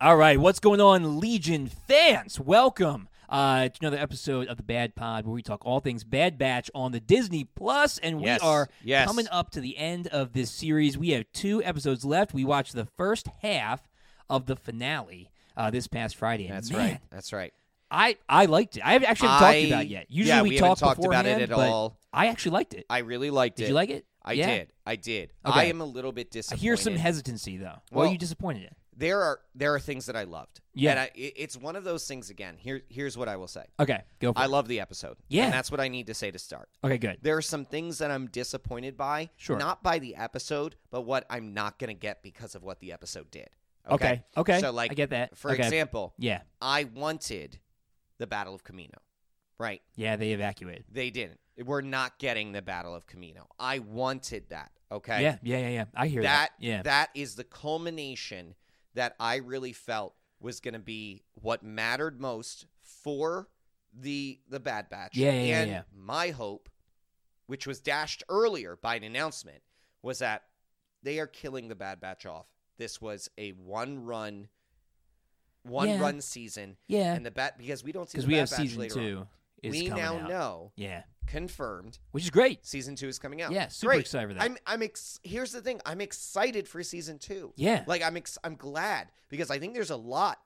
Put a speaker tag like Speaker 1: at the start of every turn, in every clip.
Speaker 1: All right, what's going on, Legion fans? Welcome uh, to another episode of the Bad Pod, where we talk all things Bad Batch on the Disney Plus, and
Speaker 2: Yes,
Speaker 1: we are
Speaker 2: yes.
Speaker 1: coming up to the end of this series. We have two episodes left. We watched the first half of the finale uh, this past Friday. and
Speaker 2: That's
Speaker 1: man,
Speaker 2: right. That's right.
Speaker 1: I I liked it. I actually haven't talked
Speaker 2: I-
Speaker 1: about it yet. Usually
Speaker 2: yeah,
Speaker 1: we,
Speaker 2: we haven't
Speaker 1: talk
Speaker 2: talked about it
Speaker 1: beforehand,
Speaker 2: at
Speaker 1: but
Speaker 2: all.
Speaker 1: I actually liked it.
Speaker 2: I really liked
Speaker 1: Did
Speaker 2: it.
Speaker 1: you like it?
Speaker 2: I
Speaker 1: Yeah.
Speaker 2: did. I did.
Speaker 1: Okay.
Speaker 2: I am a little bit
Speaker 1: I
Speaker 2: disappointed.
Speaker 1: hear some hesitancy though. what are
Speaker 2: Well-
Speaker 1: you disappointed in?
Speaker 2: there are there are things that I loved.
Speaker 1: Yeah.
Speaker 2: And I, it- it's one of those things again. Here here's what I will say.
Speaker 1: Okay, go for
Speaker 2: I
Speaker 1: it.
Speaker 2: love the episode.
Speaker 1: Yeah.
Speaker 2: And that's what I need to say to start.
Speaker 1: Okay, good.
Speaker 2: There are some things that I'm disappointed by.
Speaker 1: Sure.
Speaker 2: Not by the episode, but what I'm not going to get because of what the episode did.
Speaker 1: Okay, okay.
Speaker 2: So, like,
Speaker 1: I get that.
Speaker 2: For
Speaker 1: okay.
Speaker 2: example,
Speaker 1: yeah,
Speaker 2: I wanted the Battle of Camino. Right.
Speaker 1: yeah, they evacuated.
Speaker 2: They didn't. We're not getting the Battle of Camino. I wanted that. Okay.
Speaker 1: Yeah, yeah, yeah, yeah. I hear that.
Speaker 2: that
Speaker 1: Yeah,
Speaker 2: that is the culmination that I really felt was going to be what mattered most for the the Bad Batch.
Speaker 1: Yeah, yeah, yeah,
Speaker 2: and
Speaker 1: yeah.
Speaker 2: my hope, which was dashed earlier by an announcement, was that they are killing the Bad Batch off. This was a one run, one
Speaker 1: Yeah.
Speaker 2: run season,
Speaker 1: yeah.
Speaker 2: and the bat because we don't see
Speaker 1: Because
Speaker 2: the
Speaker 1: we
Speaker 2: Bad
Speaker 1: have
Speaker 2: Batch
Speaker 1: season
Speaker 2: later
Speaker 1: two
Speaker 2: on.
Speaker 1: is
Speaker 2: we
Speaker 1: coming
Speaker 2: now
Speaker 1: out.
Speaker 2: know
Speaker 1: Yeah,
Speaker 2: confirmed
Speaker 1: which is great.
Speaker 2: season two is coming out.
Speaker 1: Yeah, super
Speaker 2: Great.
Speaker 1: excited for that.
Speaker 2: I'm I'm ex- here's the thing. I'm excited for season two.
Speaker 1: yeah,
Speaker 2: Like I'm ex- I'm glad because I think there's a lot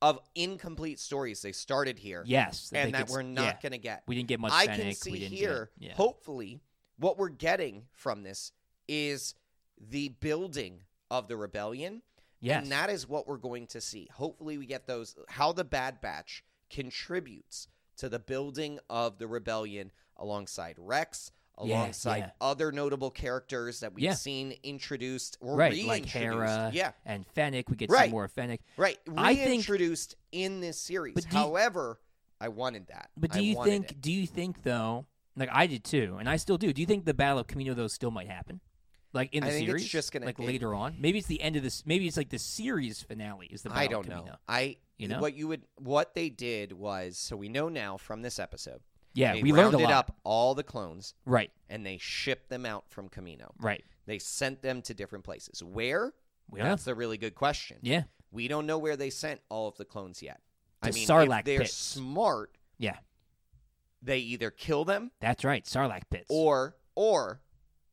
Speaker 2: of incomplete stories they started here
Speaker 1: yes, I think
Speaker 2: and that
Speaker 1: it's-
Speaker 2: we're not
Speaker 1: yeah.
Speaker 2: going to get.
Speaker 1: We didn't get much.
Speaker 2: I
Speaker 1: Fennec.
Speaker 2: can
Speaker 1: we
Speaker 2: see
Speaker 1: didn't
Speaker 2: here
Speaker 1: Get, yeah.
Speaker 2: hopefully what we're getting from this is the building of the rebellion
Speaker 1: Yes.
Speaker 2: and that is what we're going to see. Hopefully we get those how the bad batch contributes to the building of the rebellion alongside Rex
Speaker 1: Yeah,
Speaker 2: alongside
Speaker 1: yeah.
Speaker 2: other notable characters that we've
Speaker 1: Yeah.
Speaker 2: seen introduced or
Speaker 1: right, like
Speaker 2: reintroduced.
Speaker 1: Hera.
Speaker 2: Yeah.
Speaker 1: and Fennec. We get
Speaker 2: Right.
Speaker 1: some more of Fennec.
Speaker 2: Right.
Speaker 1: I think-
Speaker 2: Reintroduced in this series.
Speaker 1: But do you-
Speaker 2: However, I wanted that.
Speaker 1: But do
Speaker 2: I
Speaker 1: you
Speaker 2: wanted
Speaker 1: think?
Speaker 2: it.
Speaker 1: Do you think though? Like I did too, and I still do. Do you think the Battle of Camino though still might happen? Like in
Speaker 2: I
Speaker 1: the
Speaker 2: think it's
Speaker 1: series,
Speaker 2: just gonna-
Speaker 1: like
Speaker 2: it-
Speaker 1: later on. Maybe it's the end of this. Maybe it's like the series finale is the Battle
Speaker 2: I
Speaker 1: of
Speaker 2: don't
Speaker 1: Camino.
Speaker 2: know. I
Speaker 1: you know?
Speaker 2: what you would what they did was so we know now from this episode.
Speaker 1: Yeah,
Speaker 2: they
Speaker 1: we learned a
Speaker 2: rounded
Speaker 1: lot.
Speaker 2: up all the clones
Speaker 1: Right,
Speaker 2: and they shipped them out from Camino.
Speaker 1: right.
Speaker 2: They sent them to different places. Where?
Speaker 1: We don't know.
Speaker 2: That's a really good question.
Speaker 1: Yeah,
Speaker 2: We don't know where they sent all of the clones yet. I
Speaker 1: To
Speaker 2: mean,
Speaker 1: Sarlacc
Speaker 2: if they're
Speaker 1: pits.
Speaker 2: smart,
Speaker 1: yeah.
Speaker 2: they either kill them
Speaker 1: That's right. Sarlacc pits.
Speaker 2: or or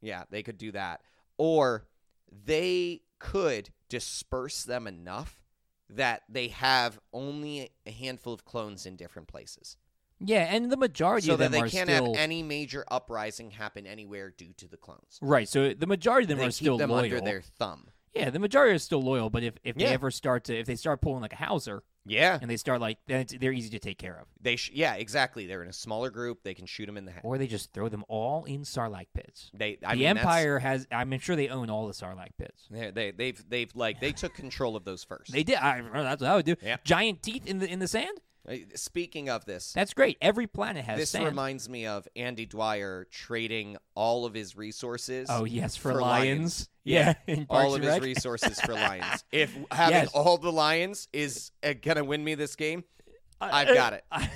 Speaker 2: yeah, they could do that. Or they could disperse them enough that they have only a handful of clones in different places.
Speaker 1: yeah, and the majority
Speaker 2: so
Speaker 1: of them
Speaker 2: that they
Speaker 1: are
Speaker 2: can't
Speaker 1: still
Speaker 2: have any major uprising happen anywhere due to the clones.
Speaker 1: right. So the majority of them
Speaker 2: they
Speaker 1: are
Speaker 2: keep
Speaker 1: still
Speaker 2: them
Speaker 1: loyal.
Speaker 2: under their thumb.
Speaker 1: Yeah, the majority are still loyal. But if if
Speaker 2: Yeah.
Speaker 1: they ever start to if they start pulling like a Hauser
Speaker 2: Yeah.
Speaker 1: and they start like then it's, they're easy to take care of,
Speaker 2: They sh- yeah, exactly. They're in a smaller group. They can shoot them in the head.
Speaker 1: or they just throw them all in Sarlacc pits.
Speaker 2: They I
Speaker 1: the
Speaker 2: mean, that's-
Speaker 1: Empire has. I'm sure they own all the Sarlacc pits.
Speaker 2: They, they they've they've like they took control of those first.
Speaker 1: They did. I, that's what I would do.
Speaker 2: Yeah.
Speaker 1: Giant teeth in the in the sand.
Speaker 2: Uh, Speaking of this,
Speaker 1: That's great. Every planet has
Speaker 2: this
Speaker 1: sand.
Speaker 2: reminds me of Andy Dwyer trading all of his resources.
Speaker 1: oh yes, for,
Speaker 2: for
Speaker 1: lions.
Speaker 2: lions.
Speaker 1: Yeah, in Parks
Speaker 2: all of
Speaker 1: and
Speaker 2: his
Speaker 1: Rec.
Speaker 2: resources for lions. If having
Speaker 1: Yes.
Speaker 2: all the lions is uh, gonna win me this game, I've got it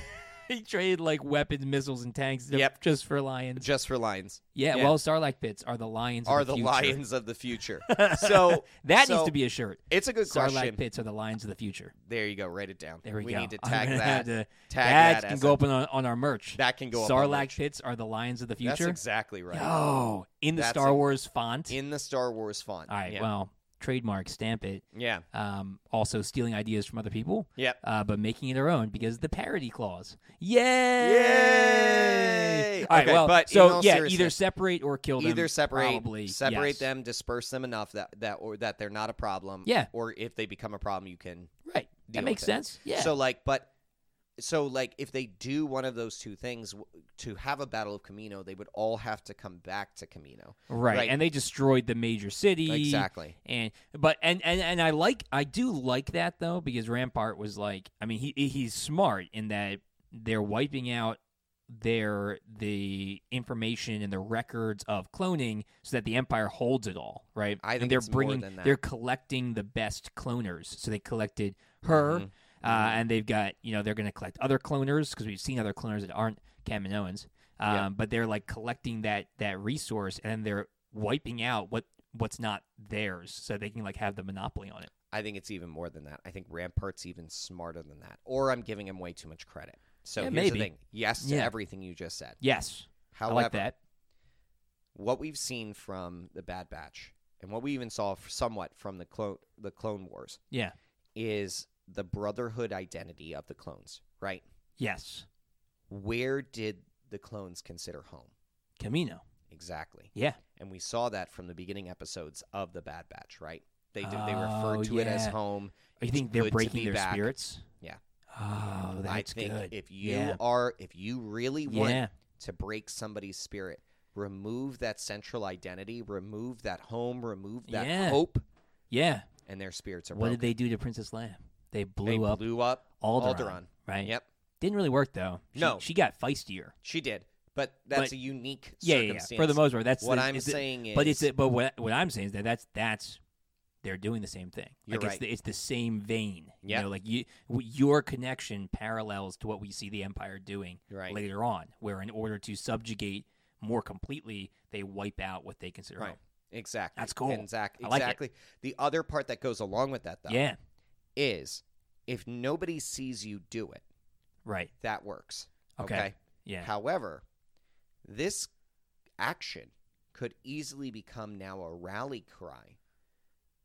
Speaker 1: he traded like weapons, missiles, and tanks. to-
Speaker 2: Yep.
Speaker 1: just for lions.
Speaker 2: just for lions
Speaker 1: Yeah,
Speaker 2: Yeah.
Speaker 1: well, Sarlacc pits are the lions.
Speaker 2: are
Speaker 1: of the,
Speaker 2: the
Speaker 1: future.
Speaker 2: lions of the future. So
Speaker 1: That
Speaker 2: so
Speaker 1: needs to be a shirt.
Speaker 2: It's a good question.
Speaker 1: Sarlacc pits are the lions of the future.
Speaker 2: There you go. Write it down.
Speaker 1: There we, go.
Speaker 2: need to
Speaker 1: I'm
Speaker 2: tag
Speaker 1: gonna
Speaker 2: that.
Speaker 1: have to-
Speaker 2: tag that
Speaker 1: can
Speaker 2: as
Speaker 1: go
Speaker 2: a-
Speaker 1: up on, our- on our merch.
Speaker 2: that can go up. on
Speaker 1: Sarlacc
Speaker 2: merch.
Speaker 1: pits are the lions of the
Speaker 2: That's
Speaker 1: future.
Speaker 2: exactly right.
Speaker 1: Oh, in the
Speaker 2: That's
Speaker 1: Star
Speaker 2: a-
Speaker 1: Wars font.
Speaker 2: in the Star Wars font.
Speaker 1: All right.
Speaker 2: Yeah.
Speaker 1: Well, trademark, stamp it.
Speaker 2: yeah.
Speaker 1: Um, also stealing ideas from other people,
Speaker 2: Yep.
Speaker 1: uh, but making it our own because the parody clause. Yay!
Speaker 2: Yay!
Speaker 1: All right.
Speaker 2: Okay,
Speaker 1: well,
Speaker 2: but in
Speaker 1: so
Speaker 2: all
Speaker 1: yeah, either
Speaker 2: seriousness-
Speaker 1: separate or kill them.
Speaker 2: Either separate,
Speaker 1: probably,
Speaker 2: separate
Speaker 1: yes.
Speaker 2: them, disperse them enough that that or that they're not a problem.
Speaker 1: Yeah.
Speaker 2: Or if they become a problem, you can.
Speaker 1: Right.
Speaker 2: deal
Speaker 1: That makes
Speaker 2: with it.
Speaker 1: sense. Yeah.
Speaker 2: So like, but so like, if they do one of those two things w- to have a battle of Camino, they would all have to come back to Camino.
Speaker 1: right.
Speaker 2: right.
Speaker 1: And they destroyed the major city.
Speaker 2: Exactly.
Speaker 1: And but and and and I like I do like that though because Rampart was like I mean he he's smart in that they're wiping out their the information and the records of cloning so that the empire holds it all right
Speaker 2: I
Speaker 1: and
Speaker 2: think
Speaker 1: they're
Speaker 2: it's more
Speaker 1: bringing
Speaker 2: than that.
Speaker 1: they're collecting the best cloners so they collected her
Speaker 2: Mhm.
Speaker 1: uh, and they've got you know they're going to collect other cloners because we've seen other cloners that aren't Kaminoans um,
Speaker 2: Yeah.
Speaker 1: but they're like collecting that that resource and they're wiping out what what's not theirs so they can like have the monopoly on it.
Speaker 2: I think it's even more than that. I think Rampart's even smarter than that. Or I'm giving him way too much credit. So
Speaker 1: Yeah,
Speaker 2: here's
Speaker 1: maybe.
Speaker 2: the thing. Yes to
Speaker 1: Yeah.
Speaker 2: everything you just said.
Speaker 1: Yes,
Speaker 2: However,
Speaker 1: I like that.
Speaker 2: what we've seen from the Bad Batch and what we even saw f- somewhat from the clone the Clone Wars
Speaker 1: Yeah.
Speaker 2: is the brotherhood identity of the clones, right?
Speaker 1: Yes.
Speaker 2: Where did the clones consider home?
Speaker 1: Camino.
Speaker 2: Exactly.
Speaker 1: Yeah.
Speaker 2: And we saw that from the beginning episodes of the Bad Batch, right? They did, they referred
Speaker 1: Oh,
Speaker 2: to it as
Speaker 1: yeah.
Speaker 2: home.
Speaker 1: You
Speaker 2: It's
Speaker 1: think they're
Speaker 2: good to
Speaker 1: breaking
Speaker 2: be
Speaker 1: their
Speaker 2: back.
Speaker 1: spirits?
Speaker 2: Yeah.
Speaker 1: Oh, that's
Speaker 2: I think
Speaker 1: good.
Speaker 2: if you
Speaker 1: Yeah.
Speaker 2: are if you really want
Speaker 1: yeah.
Speaker 2: to break somebody's spirit. Remove that central identity, remove that home, remove that
Speaker 1: Yeah.
Speaker 2: hope,
Speaker 1: Yeah.
Speaker 2: and their spirits are
Speaker 1: What did
Speaker 2: broken.
Speaker 1: they do to Princess Leia? They blew
Speaker 2: they
Speaker 1: up
Speaker 2: blew up
Speaker 1: Alderaan,
Speaker 2: Alderaan.
Speaker 1: right?
Speaker 2: Yep,
Speaker 1: Didn't really work though. She,
Speaker 2: No.
Speaker 1: she got feistier.
Speaker 2: she did. But that's
Speaker 1: But-
Speaker 2: a unique
Speaker 1: Yeah, yeah, yeah.
Speaker 2: circumstance.
Speaker 1: For the most part, that's
Speaker 2: what
Speaker 1: the-
Speaker 2: I'm
Speaker 1: is it-
Speaker 2: saying is,
Speaker 1: But it's but what what I'm saying is that that's that's they're doing the same thing.
Speaker 2: You're
Speaker 1: like
Speaker 2: right.
Speaker 1: it's the, it's the same vein.
Speaker 2: Yep.
Speaker 1: You know, like you w- your connection parallels to what we see the Empire doing
Speaker 2: right,
Speaker 1: later on, where in order to subjugate more completely, they wipe out what they consider.
Speaker 2: right,
Speaker 1: home.
Speaker 2: exactly.
Speaker 1: That's cool.
Speaker 2: Exact,
Speaker 1: I like it.
Speaker 2: exactly. The other part that goes along with that, though,
Speaker 1: Yeah.
Speaker 2: is if nobody sees you do it,
Speaker 1: Right.
Speaker 2: that works.
Speaker 1: Okay. Yeah.
Speaker 2: However, this action could easily become now a rally cry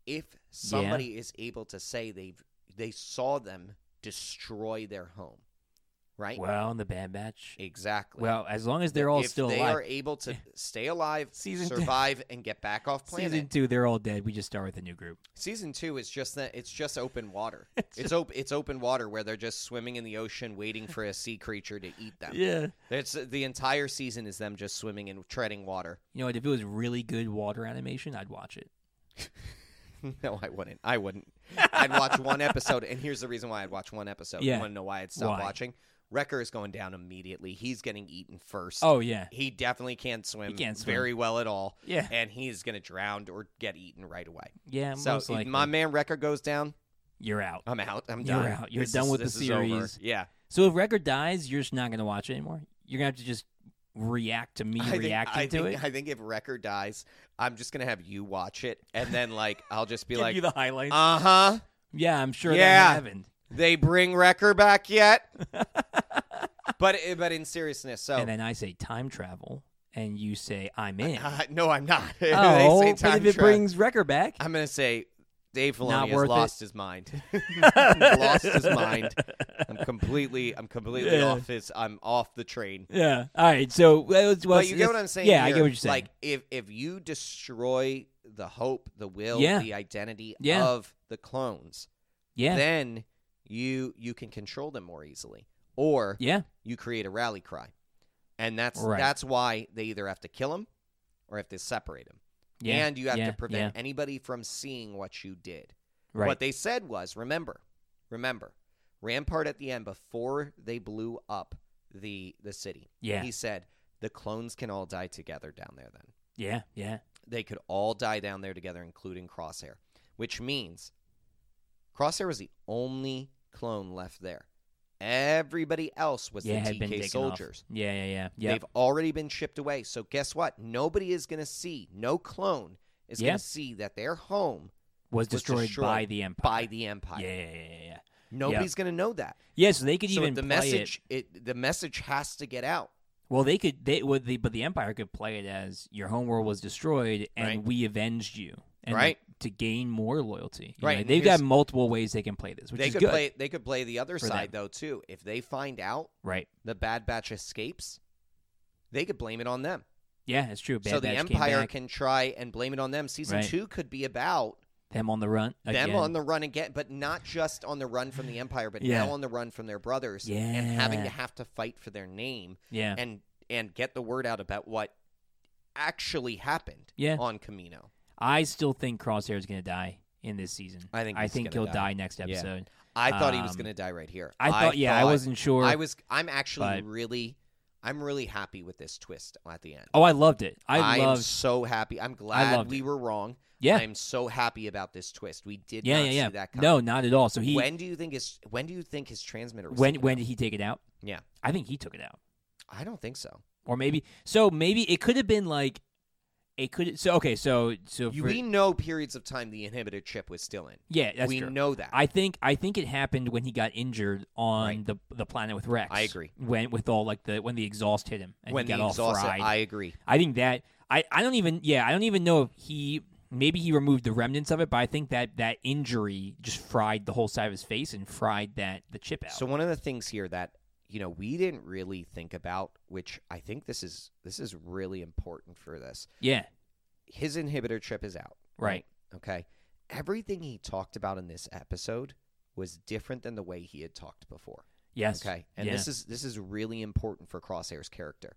Speaker 2: if somebody is able to say they've they saw them destroy their home. Right?
Speaker 1: Well, in the Bad Batch.
Speaker 2: exactly.
Speaker 1: Well, as long as they're all
Speaker 2: if
Speaker 1: still
Speaker 2: they
Speaker 1: alive.
Speaker 2: are able to stay alive,
Speaker 1: Season two.
Speaker 2: survive, and get back off planet.
Speaker 1: Season two, they're all dead. We just start with a new group.
Speaker 2: Season two is just that it's just open water. it's op- it's open water where they're just swimming in the ocean waiting for a sea creature to eat them.
Speaker 1: Yeah.
Speaker 2: It's the entire season is them just swimming and treading water.
Speaker 1: You know what? If it was really good water animation, I'd watch it.
Speaker 2: no, I wouldn't. I wouldn't. I'd watch one episode, and here's the reason why I'd watch one episode.
Speaker 1: Yeah.
Speaker 2: You want to know why I'd stop
Speaker 1: Why?
Speaker 2: watching? Wrecker is going down immediately. He's getting eaten first.
Speaker 1: Oh yeah.
Speaker 2: He definitely can't swim,
Speaker 1: can't swim.
Speaker 2: very well at all,
Speaker 1: Yeah.
Speaker 2: and he's going to drown or get eaten right away.
Speaker 1: Yeah.
Speaker 2: so
Speaker 1: most
Speaker 2: if
Speaker 1: likely.
Speaker 2: my man Wrecker goes down,
Speaker 1: You're out.
Speaker 2: I'm out. I'm
Speaker 1: You're
Speaker 2: done.
Speaker 1: out. You're
Speaker 2: This
Speaker 1: done
Speaker 2: is-
Speaker 1: with the
Speaker 2: this is over.
Speaker 1: series.
Speaker 2: Yeah.
Speaker 1: So if Record dies, you're just not going to watch it anymore. You're going to have to just react to me
Speaker 2: I think-
Speaker 1: reacting
Speaker 2: I
Speaker 1: to
Speaker 2: think,
Speaker 1: it.
Speaker 2: I think if Wrecker dies, I'm just going to have you watch it, and then, like, I'll just be
Speaker 1: Give
Speaker 2: like,
Speaker 1: you the highlights.
Speaker 2: uh-huh.
Speaker 1: yeah, I'm sure
Speaker 2: yeah.
Speaker 1: that happened.
Speaker 2: they bring Wrecker back yet? but eh, but in seriousness, so
Speaker 1: And then I say time travel, and you say I'm in.
Speaker 2: uh, no, I'm not. They say
Speaker 1: oh, but
Speaker 2: time
Speaker 1: if it
Speaker 2: travel.
Speaker 1: brings Record back,
Speaker 2: I'm gonna say Dave
Speaker 1: Not
Speaker 2: Filoni has
Speaker 1: worth
Speaker 2: lost his mind. lost his mind. I'm completely, I'm completely
Speaker 1: Yeah.
Speaker 2: off his. I'm off the train.
Speaker 1: yeah. All right. So, well, it's- well,
Speaker 2: but you get what I'm saying.
Speaker 1: Yeah, I
Speaker 2: here?
Speaker 1: get what you're saying.
Speaker 2: Like if if you destroy the hope, the will,
Speaker 1: Yeah.
Speaker 2: the identity
Speaker 1: Yeah.
Speaker 2: of the clones,
Speaker 1: yeah,
Speaker 2: then you you can control them more easily. Or
Speaker 1: yeah,
Speaker 2: you create a rally cry, and that's
Speaker 1: Right.
Speaker 2: that's why they either have to kill him or have to separate him,
Speaker 1: yeah.
Speaker 2: and you have
Speaker 1: yeah,
Speaker 2: to prevent anybody from seeing what you did.
Speaker 1: Right.
Speaker 2: What they said was, remember, remember, Rampart at the end before they blew up the the city,
Speaker 1: yeah.
Speaker 2: he said the clones can all die together down there. Then
Speaker 1: yeah. Yeah.
Speaker 2: they could all die down there together, including Crosshair, which means Crosshair was the only clone left there. Everybody else was
Speaker 1: Yeah.
Speaker 2: the
Speaker 1: Had been
Speaker 2: TK
Speaker 1: taken
Speaker 2: soldiers.
Speaker 1: Off. Yeah. Yeah. Yeah. Yeah.
Speaker 2: They've already been shipped away. So guess what? Nobody is going to see. No clone is
Speaker 1: Yeah.
Speaker 2: going to see that their home
Speaker 1: was destroyed, by
Speaker 2: destroyed
Speaker 1: the Empire.
Speaker 2: by the empire.
Speaker 1: Yeah. Yeah. Yeah. Yeah. yeah.
Speaker 2: Nobody's going to know that.
Speaker 1: Yeah, so they could
Speaker 2: so
Speaker 1: even
Speaker 2: the
Speaker 1: play it.
Speaker 2: message, it. the message has to get out.
Speaker 1: Well, they could they would the but the Empire could play it as your homeworld was destroyed and
Speaker 2: Right.
Speaker 1: we avenged you, and
Speaker 2: Right.
Speaker 1: To gain more loyalty, You
Speaker 2: Right,
Speaker 1: know,
Speaker 2: and
Speaker 1: they've
Speaker 2: here's-
Speaker 1: got multiple ways they can play this, which
Speaker 2: they
Speaker 1: is
Speaker 2: could
Speaker 1: good,
Speaker 2: play. They could play the other
Speaker 1: for
Speaker 2: side though too. If they find out
Speaker 1: right?
Speaker 2: the Bad Batch escapes, they could blame it on them.
Speaker 1: Yeah, it's true. Bad
Speaker 2: so the
Speaker 1: Batch came
Speaker 2: empire
Speaker 1: back,
Speaker 2: can try and blame it on them. Season
Speaker 1: Right.
Speaker 2: two could be about
Speaker 1: them on the run, again.
Speaker 2: them on the run again, but not just on the run from the empire, but
Speaker 1: Yeah.
Speaker 2: now on the run from their brothers and having to
Speaker 1: Yeah.
Speaker 2: have to fight for their name
Speaker 1: yeah,
Speaker 2: and and get the word out about what actually happened
Speaker 1: Yeah.
Speaker 2: on Camino.
Speaker 1: I still think Crosshair is going to die in this season.
Speaker 2: I think
Speaker 1: I
Speaker 2: he's
Speaker 1: think
Speaker 2: gonna
Speaker 1: he'll
Speaker 2: die.
Speaker 1: die. next episode.
Speaker 2: I thought he was
Speaker 1: Um,
Speaker 2: going to die right here.
Speaker 1: I thought, yeah, I
Speaker 2: thought-
Speaker 1: wasn't sure.
Speaker 2: I was. I'm actually
Speaker 1: but-
Speaker 2: really. I'm really happy with this twist at the end.
Speaker 1: oh, I loved it. I,
Speaker 2: am
Speaker 1: loved,
Speaker 2: so happy. I'm glad
Speaker 1: loved
Speaker 2: we
Speaker 1: it.
Speaker 2: were wrong.
Speaker 1: yeah,
Speaker 2: I'm so happy about this twist. We did
Speaker 1: yeah,
Speaker 2: not
Speaker 1: yeah, yeah.
Speaker 2: see that coming.
Speaker 1: No, not at all. So he
Speaker 2: when do you think his when do you think his transmitter was
Speaker 1: when
Speaker 2: taken
Speaker 1: when
Speaker 2: out?
Speaker 1: did he take it out?
Speaker 2: Yeah.
Speaker 1: I think he took it out.
Speaker 2: I don't think so.
Speaker 1: or maybe so maybe it could have been like it could so okay so so
Speaker 2: You-
Speaker 1: for-
Speaker 2: we know periods of time the inhibitor chip was still in.
Speaker 1: yeah that's
Speaker 2: we
Speaker 1: true.
Speaker 2: know that.
Speaker 1: I think I think it happened when he got injured on
Speaker 2: Right.
Speaker 1: the the planet with Rex.
Speaker 2: I agree.
Speaker 1: When with all like the when the exhaust hit him and
Speaker 2: when
Speaker 1: he got
Speaker 2: the
Speaker 1: all
Speaker 2: exhaust,
Speaker 1: fried.
Speaker 2: I agree.
Speaker 1: I think that I, I don't even yeah I don't even know if he maybe he removed the remnants of it, but I think that that injury just fried the whole side of his face and fried that the chip out.
Speaker 2: So one of the things here that you know we didn't really think about, which I think this is this is really important for this.
Speaker 1: yeah,
Speaker 2: His inhibitor chip is out.
Speaker 1: right.
Speaker 2: Okay. Everything he talked about in this episode was different than the way he had talked before.
Speaker 1: Yes.
Speaker 2: Okay. And
Speaker 1: yeah.
Speaker 2: this is this is really important for Crosshair's character.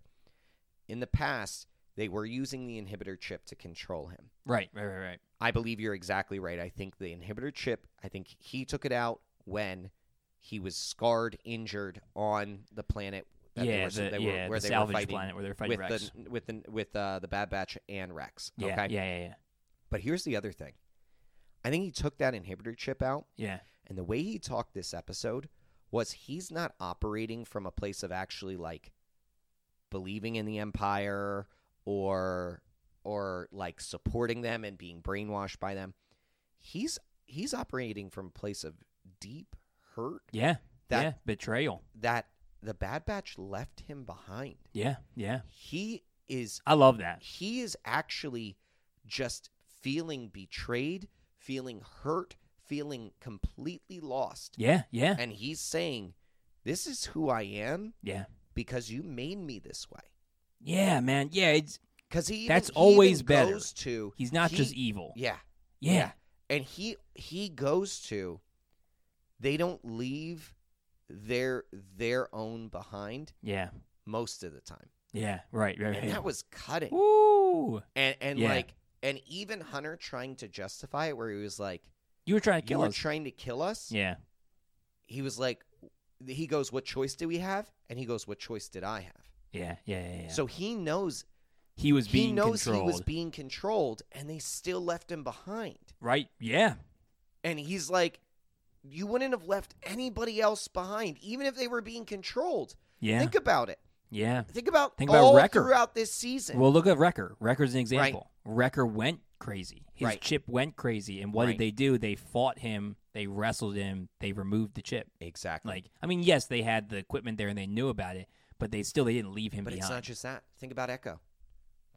Speaker 2: In the past, they were using the inhibitor chip to control him.
Speaker 1: right, right, right, right.
Speaker 2: I believe you're exactly right. I think the inhibitor chip, I think he took it out when he was scarred, injured on the planet that
Speaker 1: yeah,
Speaker 2: they were,
Speaker 1: the, yeah,
Speaker 2: they were, where
Speaker 1: the
Speaker 2: they were
Speaker 1: salvage
Speaker 2: fighting
Speaker 1: planet where they're fighting
Speaker 2: with
Speaker 1: Rex.
Speaker 2: the with the with uh, the Bad Batch and Rex.
Speaker 1: yeah,
Speaker 2: okay.
Speaker 1: yeah, yeah,
Speaker 2: But here's the other thing. I think he took that inhibitor chip out
Speaker 1: yeah, yeah.
Speaker 2: and the way he talked this episode was he's not operating from a place of actually like believing in the empire or or like supporting them and being brainwashed by them. He's he's operating from a place of deep hurt
Speaker 1: Yeah.
Speaker 2: That-
Speaker 1: yeah. Betrayal.
Speaker 2: that the Bad Batch left him behind.
Speaker 1: Yeah. Yeah.
Speaker 2: He is
Speaker 1: I love that.
Speaker 2: he is actually just feeling betrayed, feeling hurt, feeling completely lost.
Speaker 1: Yeah. Yeah.
Speaker 2: And he's saying, This is who I am
Speaker 1: Yeah.
Speaker 2: because you made me this way.
Speaker 1: Yeah, man. Yeah, it's
Speaker 2: Because he even-
Speaker 1: That's
Speaker 2: he
Speaker 1: always
Speaker 2: even
Speaker 1: better.
Speaker 2: goes to
Speaker 1: he's not
Speaker 2: he-
Speaker 1: just evil.
Speaker 2: Yeah.
Speaker 1: Yeah.
Speaker 2: And he he goes to they don't leave their their own behind
Speaker 1: Yeah.
Speaker 2: most of the time.
Speaker 1: Yeah. Right. Right.
Speaker 2: And
Speaker 1: right.
Speaker 2: that was cutting.
Speaker 1: Ooh.
Speaker 2: And and
Speaker 1: Yeah.
Speaker 2: like and even Hunter trying to justify it where he was like
Speaker 1: You were trying to
Speaker 2: you
Speaker 1: kill
Speaker 2: were
Speaker 1: us.
Speaker 2: trying to kill us.
Speaker 1: yeah.
Speaker 2: He was like he goes, What choice do we have? And he goes, What choice did I have?
Speaker 1: Yeah. Yeah. Yeah. yeah.
Speaker 2: So he knows
Speaker 1: he was being
Speaker 2: he knows
Speaker 1: controlled.
Speaker 2: he was being controlled and they still left him behind
Speaker 1: right. Yeah.
Speaker 2: and he's like you wouldn't have left anybody else behind even if they were being controlled
Speaker 1: Yeah.
Speaker 2: think about it
Speaker 1: yeah.
Speaker 2: think about
Speaker 1: Think about
Speaker 2: all
Speaker 1: Wrecker.
Speaker 2: throughout this season
Speaker 1: Well, look at Wrecker. Wrecker's an example. Wrecker went crazy. His
Speaker 2: Right.
Speaker 1: chip went crazy, and what
Speaker 2: Right.
Speaker 1: did they do? They fought him. They wrestled him. They removed the chip.
Speaker 2: exactly
Speaker 1: Like, I mean, yes, they had the equipment there and they knew about it, but they still they didn't leave him
Speaker 2: but it's
Speaker 1: behind.
Speaker 2: not just that think about echo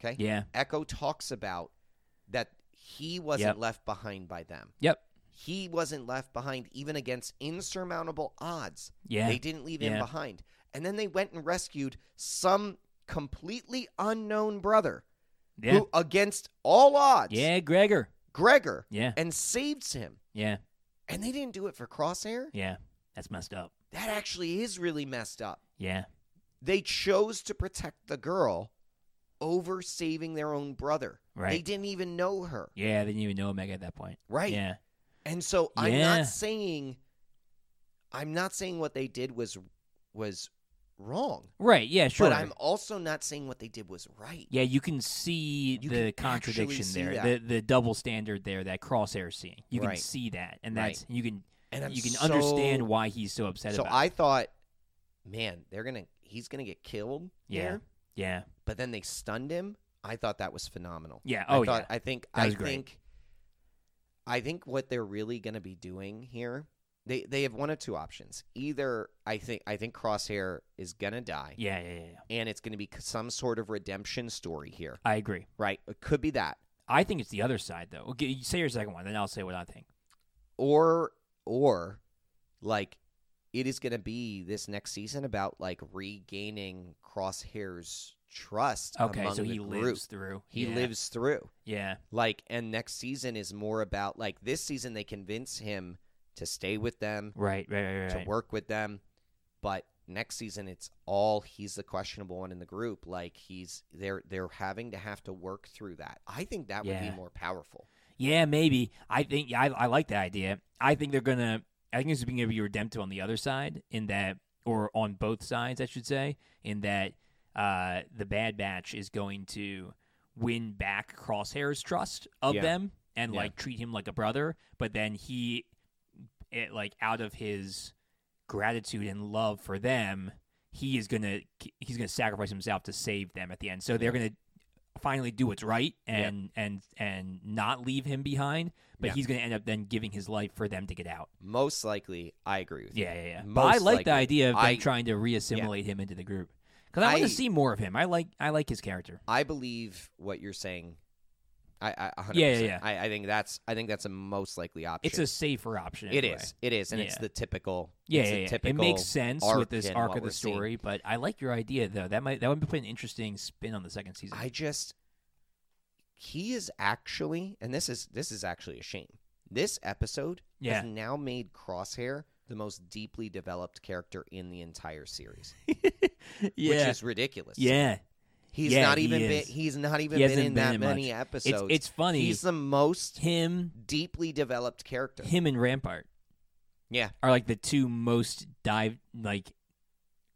Speaker 2: okay
Speaker 1: yeah.
Speaker 2: echo talks about that he wasn't
Speaker 1: Yep.
Speaker 2: left behind by them
Speaker 1: Yep.
Speaker 2: he wasn't left behind even against insurmountable odds
Speaker 1: Yeah.
Speaker 2: They didn't leave him
Speaker 1: Yeah.
Speaker 2: behind. And then they went and rescued some completely unknown brother
Speaker 1: yeah.
Speaker 2: who, against all odds,
Speaker 1: yeah. Gregor.
Speaker 2: Gregor,
Speaker 1: Yeah.
Speaker 2: and saves him.
Speaker 1: Yeah.
Speaker 2: And they didn't do it for Crosshair?
Speaker 1: Yeah. That's messed up.
Speaker 2: That actually is really messed up.
Speaker 1: Yeah.
Speaker 2: They chose to protect the girl over saving their own brother. They
Speaker 1: Right.
Speaker 2: didn't even know her.
Speaker 1: Yeah. They didn't even know Omega at that point.
Speaker 2: Right.
Speaker 1: Yeah.
Speaker 2: And so I'm
Speaker 1: Yeah.
Speaker 2: not saying I'm not saying what they did was was wrong.
Speaker 1: Right. Yeah. Sure.
Speaker 2: But I'm also not saying what they did was right.
Speaker 1: Yeah, you can see
Speaker 2: You can actually
Speaker 1: the contradiction
Speaker 2: see
Speaker 1: there,
Speaker 2: that.
Speaker 1: the the double standard there that Crosshair's seeing. You can
Speaker 2: Right.
Speaker 1: see that, and
Speaker 2: Right.
Speaker 1: that's you can
Speaker 2: and I'm
Speaker 1: you can
Speaker 2: so-
Speaker 1: understand why he's so upset
Speaker 2: So
Speaker 1: about. it.
Speaker 2: I thought, man, they're gonna he's gonna get killed.
Speaker 1: yeah,
Speaker 2: here,
Speaker 1: yeah,
Speaker 2: but then they stunned him. I thought that was phenomenal.
Speaker 1: yeah. Oh
Speaker 2: I thought,
Speaker 1: yeah,
Speaker 2: I think
Speaker 1: That
Speaker 2: I
Speaker 1: was great.
Speaker 2: think I think what they're really gonna be doing here, they they have one of two options. Either I think I think Crosshair is gonna die,
Speaker 1: yeah, yeah, yeah, yeah.
Speaker 2: and it's gonna be c- some sort of redemption story here,
Speaker 1: I agree.
Speaker 2: right? It could be that,
Speaker 1: I think it's the other side though. Okay, you say your second one, then I'll say what I think.
Speaker 2: or or like. It is going to be this next season about like regaining Crosshair's trust.
Speaker 1: Okay,
Speaker 2: among
Speaker 1: so
Speaker 2: the
Speaker 1: he
Speaker 2: group.
Speaker 1: lives through.
Speaker 2: he
Speaker 1: yeah.
Speaker 2: lives through.
Speaker 1: Yeah,
Speaker 2: Like, and next season is more about like this season they convince him to stay with them,
Speaker 1: right, right, right, right.
Speaker 2: to
Speaker 1: right.
Speaker 2: work with them, but next season it's all he's the questionable one in the group. Like he's they're they're having to have to work through that. I think that would
Speaker 1: Yeah.
Speaker 2: be more powerful.
Speaker 1: Yeah, maybe. I think yeah, I, I like that idea. I think they're gonna. I think it's going to be redemptive on the other side, in that, or on both sides, I should say, in that uh, the Bad Batch is going to win back Crosshair's trust of
Speaker 2: Yeah.
Speaker 1: them and
Speaker 2: Yeah.
Speaker 1: like treat him like a brother, but then he, it, like out of his gratitude and love for them, he is gonna he's gonna sacrifice himself to save them at the end. So they're gonna finally do what's right and and and not leave him behind. But
Speaker 2: Yeah.
Speaker 1: he's going to end up then giving his life for them to get out.
Speaker 2: Most likely, I agree with you.
Speaker 1: Yeah, yeah, yeah. But I
Speaker 2: Most
Speaker 1: like the
Speaker 2: likely.
Speaker 1: idea of them
Speaker 2: I-
Speaker 1: trying to reassimilate him into the group because I want to
Speaker 2: I-
Speaker 1: see more of him. I like I like his character.
Speaker 2: I believe what you're saying. I, I a hundred
Speaker 1: Yeah, yeah,
Speaker 2: percent.
Speaker 1: yeah.
Speaker 2: I, I think that's I think that's a most likely option.
Speaker 1: It's a safer option.
Speaker 2: it
Speaker 1: anyway.
Speaker 2: is it is, and it's
Speaker 1: Yeah.
Speaker 2: the typical.
Speaker 1: Yeah,
Speaker 2: it's
Speaker 1: yeah,
Speaker 2: the
Speaker 1: yeah. it
Speaker 2: typical
Speaker 1: makes sense with
Speaker 2: arc
Speaker 1: this
Speaker 2: in
Speaker 1: arc
Speaker 2: what
Speaker 1: of the
Speaker 2: we're seeing.
Speaker 1: story. But I like your idea though. That might that would put an interesting spin on the second season.
Speaker 2: I just he is actually, and this is this is actually a shame. This episode
Speaker 1: Yeah.
Speaker 2: has now made Crosshair the most deeply developed character in the entire series, which
Speaker 1: yeah,
Speaker 2: is ridiculous.
Speaker 1: yeah.
Speaker 2: he's
Speaker 1: yeah,
Speaker 2: not
Speaker 1: he
Speaker 2: even been,
Speaker 1: is.
Speaker 2: he's not even
Speaker 1: He
Speaker 2: been in
Speaker 1: hasn't been
Speaker 2: that
Speaker 1: in much.
Speaker 2: many
Speaker 1: It's
Speaker 2: episodes.
Speaker 1: it's funny.
Speaker 2: he's the most
Speaker 1: him
Speaker 2: deeply developed character.
Speaker 1: him and Rampart.
Speaker 2: Yeah.
Speaker 1: Are like the two most dive like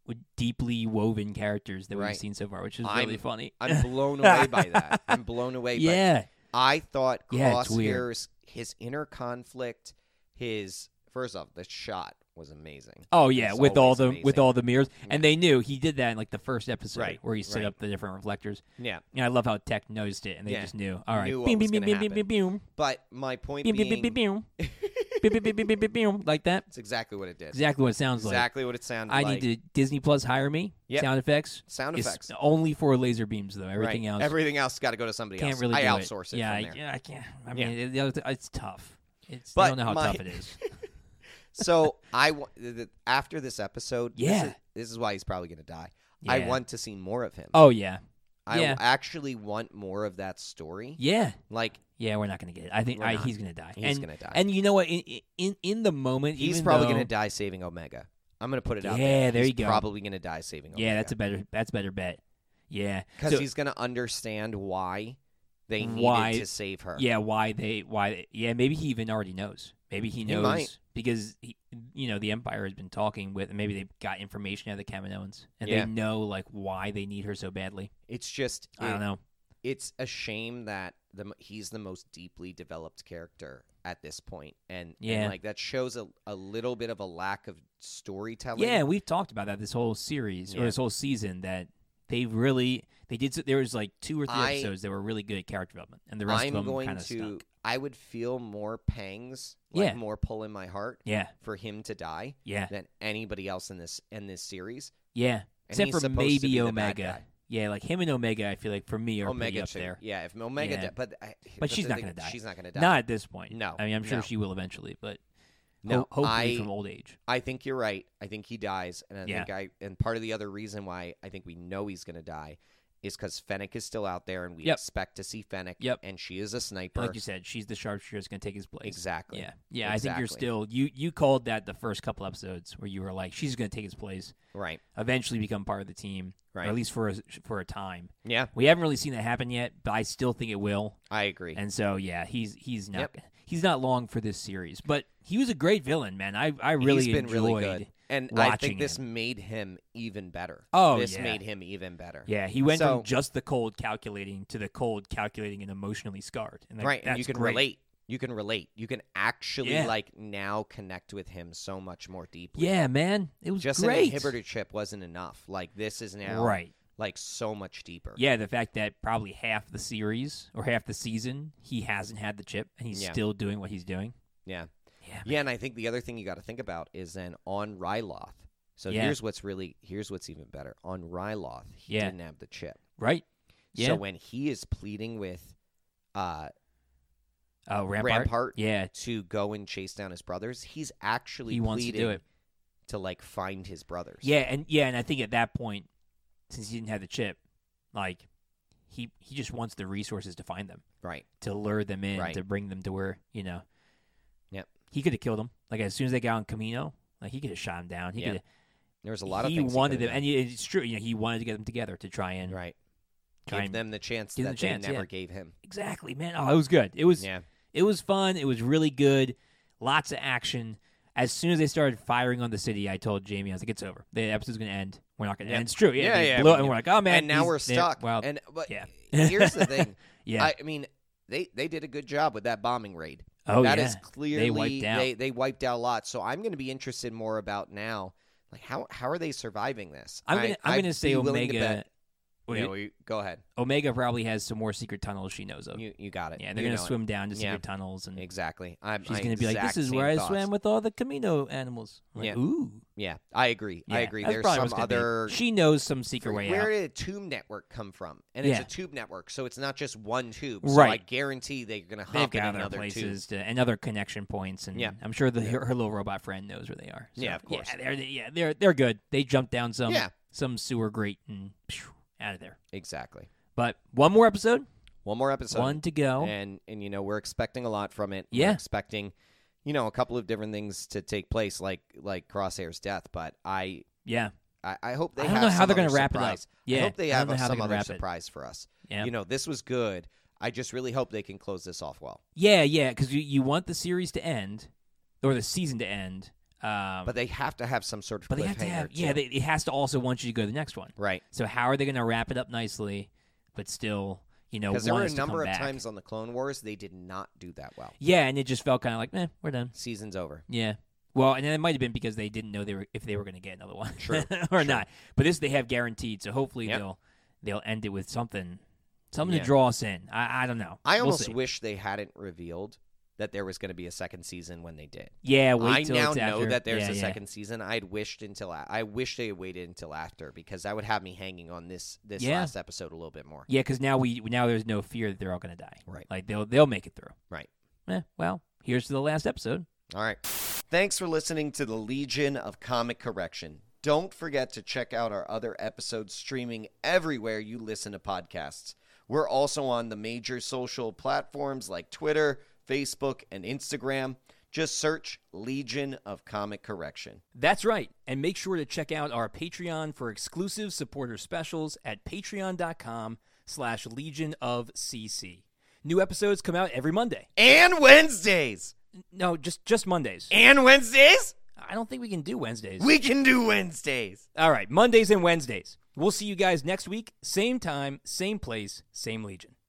Speaker 1: w- deeply woven characters that
Speaker 2: Right.
Speaker 1: we've seen so far, which is
Speaker 2: I'm-
Speaker 1: really funny.
Speaker 2: I'm blown away by that. I'm blown away by
Speaker 1: yeah.
Speaker 2: I thought
Speaker 1: Yeah, it's weird.
Speaker 2: Crosshairs, his inner conflict, his first off, the shot was amazing.
Speaker 1: Oh yeah,
Speaker 2: It's
Speaker 1: with all
Speaker 2: always
Speaker 1: the with
Speaker 2: amazing.
Speaker 1: all the mirrors, and
Speaker 2: Yeah.
Speaker 1: they knew he did that in like the first episode
Speaker 2: Right,
Speaker 1: where he set
Speaker 2: right.
Speaker 1: up the different reflectors.
Speaker 2: Yeah.
Speaker 1: And I love how Tech noticed it, and they
Speaker 2: Yeah.
Speaker 1: just knew. All right,
Speaker 2: Knew what
Speaker 1: beam,
Speaker 2: was
Speaker 1: beam, beam,
Speaker 2: gonna
Speaker 1: beam, beam, beam,
Speaker 2: But my point
Speaker 1: beam, beam, beam,
Speaker 2: being,
Speaker 1: beam, beam, beam, beam, beam, beam, beam, beam, beam, like that.
Speaker 2: it's exactly what it did.
Speaker 1: Exactly what it sounds like.
Speaker 2: Exactly what it sounded
Speaker 1: I
Speaker 2: like.
Speaker 1: need to Disney Plus hire me.
Speaker 2: Yep.
Speaker 1: Sound effects.
Speaker 2: sound
Speaker 1: It's
Speaker 2: effects.
Speaker 1: only for laser beams though. Everything
Speaker 2: right.
Speaker 1: else
Speaker 2: Everything else got to go to somebody
Speaker 1: can't
Speaker 2: else.
Speaker 1: really.
Speaker 2: I
Speaker 1: do
Speaker 2: outsource it,
Speaker 1: Yeah,
Speaker 2: from
Speaker 1: I-
Speaker 2: there.
Speaker 1: yeah, I can't. I
Speaker 2: Yeah.
Speaker 1: mean, it- the other th- it's tough. It's
Speaker 2: But
Speaker 1: I don't know how
Speaker 2: my-
Speaker 1: tough it is.
Speaker 2: So I wa- th- th- after this episode, this
Speaker 1: Yeah.
Speaker 2: is- this is why he's probably going to die.
Speaker 1: Yeah.
Speaker 2: I want to see more of him.
Speaker 1: Oh yeah,
Speaker 2: I
Speaker 1: yeah.
Speaker 2: actually want more of that story.
Speaker 1: yeah,
Speaker 2: Like
Speaker 1: yeah. We're not gonna get it. I think
Speaker 2: We're
Speaker 1: I,
Speaker 2: not.
Speaker 1: he's gonna die.
Speaker 2: he's
Speaker 1: and
Speaker 2: going to die.
Speaker 1: and you know what? In in, in the moment,
Speaker 2: He's
Speaker 1: even
Speaker 2: probably
Speaker 1: though,
Speaker 2: going to die saving Omega. I'm going to put it out there.
Speaker 1: Yeah, there
Speaker 2: he's
Speaker 1: you go.
Speaker 2: Probably going to die saving Omega.
Speaker 1: Yeah, that's a better that's a better bet. Yeah,
Speaker 2: because
Speaker 1: so-
Speaker 2: he's going to understand why they needed
Speaker 1: Why-
Speaker 2: to save her.
Speaker 1: yeah. Why they? Why? they- yeah, maybe he even already knows. Maybe he knows
Speaker 2: might.
Speaker 1: because he, you know the Empire has been talking with. Maybe they've got information out of the Kaminoans, and
Speaker 2: Yeah.
Speaker 1: they know like why they need her so badly.
Speaker 2: it's just
Speaker 1: I
Speaker 2: it-
Speaker 1: don't know.
Speaker 2: it's a shame that the m- he's the most deeply developed character at this point, and
Speaker 1: Yeah.
Speaker 2: and like that shows a a little bit of a lack of storytelling.
Speaker 1: Yeah, we've talked about that this whole series
Speaker 2: Yeah.
Speaker 1: or this whole season that they really they did. s- There was like two or three
Speaker 2: I-
Speaker 1: episodes that were really good at character development, and the rest
Speaker 2: I'm
Speaker 1: of them
Speaker 2: going
Speaker 1: kind
Speaker 2: to.
Speaker 1: of stuck.
Speaker 2: I would feel more pangs, like
Speaker 1: Yeah.
Speaker 2: more pull in my heart
Speaker 1: Yeah,
Speaker 2: for him to die
Speaker 1: yeah,
Speaker 2: than anybody else in this in this series.
Speaker 1: yeah.
Speaker 2: And
Speaker 1: Except
Speaker 2: he's
Speaker 1: for
Speaker 2: supposed to be
Speaker 1: maybe
Speaker 2: the bad guy.
Speaker 1: Omega. Yeah, like him and Omega, I feel like for me are pretty
Speaker 2: Omega
Speaker 1: up
Speaker 2: too.
Speaker 1: there.
Speaker 2: Yeah, if Omega,
Speaker 1: Yeah.
Speaker 2: di- but I,
Speaker 1: she's
Speaker 2: the
Speaker 1: not
Speaker 2: thing,
Speaker 1: gonna die.
Speaker 2: She's not gonna die.
Speaker 1: Not at this point.
Speaker 2: No,
Speaker 1: I mean I'm sure
Speaker 2: no.
Speaker 1: she will eventually, but
Speaker 2: no,
Speaker 1: ho- hopefully
Speaker 2: I,
Speaker 1: from old age.
Speaker 2: I think you're right. I think he dies, and I
Speaker 1: Yeah.
Speaker 2: think I and part of the other reason why I think we know he's gonna die is because Fennec is still out there, and we
Speaker 1: Yep.
Speaker 2: expect to see Fennec.
Speaker 1: Yep.
Speaker 2: and she is a sniper.
Speaker 1: Like you said, she's the sharpshooter that's going to take his place.
Speaker 2: exactly.
Speaker 1: Yeah, yeah. I think you're
Speaker 2: Exactly.
Speaker 1: still you you called that the first couple episodes where you were like she's going to take his place,
Speaker 2: Right.
Speaker 1: eventually become part of the team,
Speaker 2: Right.
Speaker 1: or at least for a, for a time.
Speaker 2: Yeah,
Speaker 1: We haven't really seen that happen yet, but I still think it will.
Speaker 2: I agree.
Speaker 1: And so yeah, he's he's not
Speaker 2: Yep.
Speaker 1: he's not long for this series, but he was a great villain, man. I I really
Speaker 2: he's been
Speaker 1: enjoyed.
Speaker 2: really good, and I
Speaker 1: watching
Speaker 2: think this made him even better.
Speaker 1: Oh,
Speaker 2: this
Speaker 1: yeah.
Speaker 2: made him even better.
Speaker 1: Yeah, he went
Speaker 2: So-
Speaker 1: from just the cold calculating to the cold calculating and emotionally scarred. And like,
Speaker 2: right,
Speaker 1: that's
Speaker 2: and you can
Speaker 1: great.
Speaker 2: relate. You can relate. You can actually
Speaker 1: Yeah.
Speaker 2: like now connect with him so much more deeply.
Speaker 1: Yeah, man, it was
Speaker 2: just
Speaker 1: great.
Speaker 2: an inhibitor chip wasn't enough. Like this is now
Speaker 1: Right.
Speaker 2: like so much deeper.
Speaker 1: Yeah, the fact that probably half the series or half the season he hasn't had the chip and he's
Speaker 2: Yeah.
Speaker 1: still doing what he's doing.
Speaker 2: Yeah.
Speaker 1: Yeah.
Speaker 2: Yeah, and I think the other thing you got to think about is then on Ryloth. So
Speaker 1: Yeah.
Speaker 2: here's what's really here's what's even better. On Ryloth, he
Speaker 1: Yeah.
Speaker 2: didn't have the chip.
Speaker 1: Right? Yeah.
Speaker 2: So when he is pleading with uh
Speaker 1: Oh, Rampart.
Speaker 2: Rampart,
Speaker 1: Yeah.
Speaker 2: to go and chase down his brothers, he's actually
Speaker 1: He
Speaker 2: pleading
Speaker 1: wants to do it.
Speaker 2: to, like find his brothers.
Speaker 1: Yeah, and yeah, and I think at that point, since he didn't have the chip, like he he just wants the resources to find them,
Speaker 2: Right.
Speaker 1: to lure them in,
Speaker 2: Right.
Speaker 1: to bring them to where, you know.
Speaker 2: Yep.
Speaker 1: He could have killed him. Like as soon as they got on Camino, like he could have shot him down. He
Speaker 2: Yeah.
Speaker 1: could have
Speaker 2: There was a lot of
Speaker 1: he
Speaker 2: things
Speaker 1: wanted
Speaker 2: could've
Speaker 1: them, and it- it's true. You know, he wanted to get them together to try and
Speaker 2: done. right.
Speaker 1: try
Speaker 2: Give
Speaker 1: and-
Speaker 2: them the chance
Speaker 1: give
Speaker 2: that
Speaker 1: them the chance,
Speaker 2: they never
Speaker 1: yeah.
Speaker 2: gave him.
Speaker 1: exactly, man. Oh, it was good. It was
Speaker 2: Yeah.
Speaker 1: it was fun. It was really good. Lots of action. As soon as they started firing on the city, I told Jamie, I was like, "It's over. The episode's gonna end. We're not gonna."
Speaker 2: Yep.
Speaker 1: And it's true. Yeah,
Speaker 2: Yeah,
Speaker 1: they
Speaker 2: yeah,
Speaker 1: blew it,
Speaker 2: we
Speaker 1: and
Speaker 2: knew.
Speaker 1: we're like, "Oh man,"
Speaker 2: and now
Speaker 1: these-
Speaker 2: we're
Speaker 1: they're-
Speaker 2: stuck.
Speaker 1: Well,
Speaker 2: and but
Speaker 1: yeah.
Speaker 2: here's the thing.
Speaker 1: yeah.
Speaker 2: I, I mean, they they did a good job with that bombing raid.
Speaker 1: oh
Speaker 2: That
Speaker 1: yeah.
Speaker 2: is clearly
Speaker 1: wiped out.
Speaker 2: They, they wiped out a lot. So I'm going to be interested more about now, like how how are they surviving this?
Speaker 1: I'm gonna
Speaker 2: I,
Speaker 1: am
Speaker 2: I'd
Speaker 1: gonna say
Speaker 2: be willing to
Speaker 1: Omega.
Speaker 2: bet-
Speaker 1: Wait,
Speaker 2: no, you, go ahead.
Speaker 1: Omega probably has some more secret tunnels she knows of.
Speaker 2: You you got it.
Speaker 1: Uh, yeah, they're
Speaker 2: You
Speaker 1: gonna
Speaker 2: know it.
Speaker 1: swim down to secret
Speaker 2: Yeah.
Speaker 1: tunnels, and
Speaker 2: Exactly. I'm,
Speaker 1: she's
Speaker 2: I'm
Speaker 1: gonna be like,
Speaker 2: exact
Speaker 1: "This is
Speaker 2: same
Speaker 1: where I
Speaker 2: thoughts.
Speaker 1: swam with all the Camino animals." I'm like,
Speaker 2: Yeah.
Speaker 1: ooh,
Speaker 2: Yeah, I agree.
Speaker 1: Yeah,
Speaker 2: I agree.
Speaker 1: that's
Speaker 2: There's
Speaker 1: probably
Speaker 2: some
Speaker 1: what's gonna be.
Speaker 2: other.
Speaker 1: She knows some secret way
Speaker 2: where
Speaker 1: out.
Speaker 2: did a tube network come from? And it's
Speaker 1: Yeah.
Speaker 2: a tube network, so it's not just one tube. So I
Speaker 1: Right.
Speaker 2: guarantee they're gonna
Speaker 1: They've
Speaker 2: hop in
Speaker 1: got other
Speaker 2: another tube.
Speaker 1: places to, and other connection points, and
Speaker 2: Yeah.
Speaker 1: I'm sure the, her, her little robot friend knows where they are. So,
Speaker 2: Yeah, of course.
Speaker 1: Yeah, they're yeah they're they're good. They jumped down some
Speaker 2: Yeah.
Speaker 1: some sewer grate and phew, out of there.
Speaker 2: Exactly.
Speaker 1: But one more episode,
Speaker 2: One more episode.
Speaker 1: one to go.
Speaker 2: and and you know we're expecting a lot from it.
Speaker 1: Oh. Yeah.
Speaker 2: we're expecting, you know, a couple of different things to take place, like like Crosshair's death. But I
Speaker 1: yeah,
Speaker 2: I, I hope they
Speaker 1: I don't
Speaker 2: have
Speaker 1: know how
Speaker 2: some
Speaker 1: they're gonna
Speaker 2: other
Speaker 1: wrap it up.
Speaker 2: surprise.
Speaker 1: yeah.
Speaker 2: I hope they
Speaker 1: don't
Speaker 2: have
Speaker 1: know how they're
Speaker 2: some
Speaker 1: gonna
Speaker 2: other
Speaker 1: wrap it.
Speaker 2: surprise for us.
Speaker 1: Yeah.
Speaker 2: You know, this was good. I just really hope they can close this off well.
Speaker 1: Yeah, yeah, because you, you want the series to end or the season to end, um,
Speaker 2: But they have to have some sort of
Speaker 1: but
Speaker 2: cliffhanger.
Speaker 1: they have to have
Speaker 2: too.
Speaker 1: yeah. They, it has to also want you to go to the next one.
Speaker 2: right.
Speaker 1: So how are they going to wrap it up nicely, but still, you know,
Speaker 2: Because there were
Speaker 1: want us
Speaker 2: a
Speaker 1: to come
Speaker 2: number of
Speaker 1: back?
Speaker 2: times on the Clone Wars they did not do that well.
Speaker 1: Yeah, and it just felt kind of like, eh, we're done.
Speaker 2: Season's over.
Speaker 1: Yeah. Well, and then it might have been because they didn't know they were if they were going to get another one
Speaker 2: True,
Speaker 1: or
Speaker 2: true.
Speaker 1: not. But this they have guaranteed, so hopefully
Speaker 2: Yep.
Speaker 1: they'll they'll end it with something, something
Speaker 2: Yeah.
Speaker 1: to draw us in. I, I don't know.
Speaker 2: I
Speaker 1: We'll
Speaker 2: almost
Speaker 1: see.
Speaker 2: wish they hadn't revealed that there was going to be a second season when they did.
Speaker 1: yeah. Wait
Speaker 2: I
Speaker 1: till
Speaker 2: now
Speaker 1: it's
Speaker 2: know
Speaker 1: after.
Speaker 2: that there's
Speaker 1: Yeah,
Speaker 2: a
Speaker 1: yeah.
Speaker 2: second season. I'd wished until a- I wish they had waited until after because that would have me hanging on this this
Speaker 1: Yeah.
Speaker 2: last episode a little bit more.
Speaker 1: Yeah, because now we now there's no fear that they're all going to die.
Speaker 2: Right.
Speaker 1: Like they'll they'll make it through.
Speaker 2: Right.
Speaker 1: Eh, well, here's to the last episode.
Speaker 2: All right. Thanks for listening to the Legion of Comic Correction. Don't forget to check out our other episodes streaming everywhere you listen to podcasts. We're also on the major social platforms like Twitter, Facebook, and Instagram. Just search Legion of Comic Correction.
Speaker 1: That's right. And make sure to check out our Patreon for exclusive supporter specials at patreon.com slash legion of CC. New episodes come out every Monday.
Speaker 2: And Wednesdays!
Speaker 1: No, just just Mondays.
Speaker 2: And Wednesdays?
Speaker 1: I don't think we can do Wednesdays.
Speaker 2: We can do Wednesdays!
Speaker 1: All right, Mondays and Wednesdays. We'll see you guys next week, same time, same place, same legion.